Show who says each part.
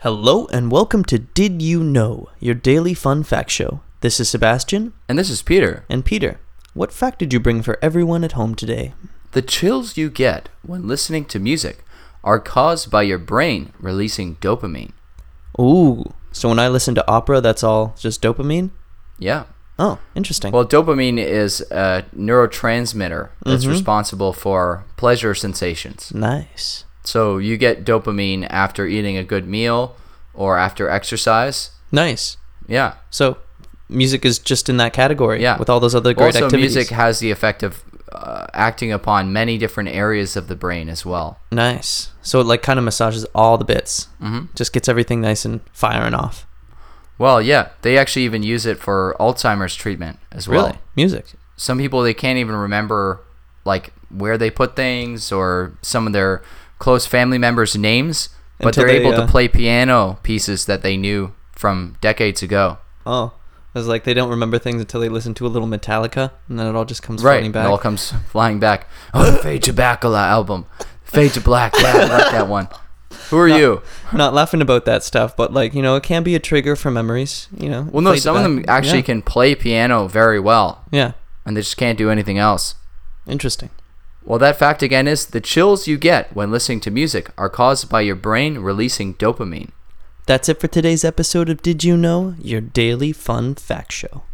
Speaker 1: Hello and welcome to Did You Know, your daily fun fact show. This is Sebastian
Speaker 2: And this is Peter.
Speaker 1: and Peter. What fact did you bring for everyone at home today?
Speaker 2: The chills you get when listening to music are caused by your brain releasing dopamine.
Speaker 1: Ooh, so when I listen to opera, that's all just dopamine?
Speaker 2: Yeah.
Speaker 1: Oh, interesting.
Speaker 2: Well, dopamine is a neurotransmitter that's
Speaker 1: Mm-hmm.
Speaker 2: responsible for pleasure sensations.
Speaker 1: nice.
Speaker 2: So you get dopamine after eating a good meal or after exercise.
Speaker 1: Nice.
Speaker 2: Yeah.
Speaker 1: So music is just in that category
Speaker 2: Yeah.
Speaker 1: with all those other great
Speaker 2: also,
Speaker 1: activities.
Speaker 2: music has the effect of uh, acting upon many different areas of the brain as well.
Speaker 1: nice. So it like kind of massages all the bits. Mm-hmm. Just gets everything nice and firing off.
Speaker 2: Well, yeah, they actually even use it for Alzheimer's treatment as well.
Speaker 1: Really? music.
Speaker 2: some people they can't even remember like where they put things or some of their close family members' names, but
Speaker 1: Until
Speaker 2: they're
Speaker 1: they,
Speaker 2: able
Speaker 1: uh,
Speaker 2: to play piano pieces that they knew from decades ago.
Speaker 1: Oh, it was like they don't remember things until they listen to a little Metallica, and then it all just comes
Speaker 2: Right,
Speaker 1: flooding
Speaker 2: it
Speaker 1: back.
Speaker 2: all comes flying back. Oh, the Fade to Bacala album, Fade to Black. Yeah, I like that one. Who are you?
Speaker 1: Not laughing about that stuff, but like you know, it can be a trigger for memories. You know.
Speaker 2: Well, no,
Speaker 1: played
Speaker 2: some of
Speaker 1: back-
Speaker 2: them actually
Speaker 1: Yeah.
Speaker 2: can play piano very well,
Speaker 1: Yeah,
Speaker 2: and they just can't do anything else.
Speaker 1: interesting.
Speaker 2: Well, that fact again is the chills you get when listening to music are caused by your brain releasing dopamine.
Speaker 1: That's it for today's episode of Did You Know? Your daily fun fact show.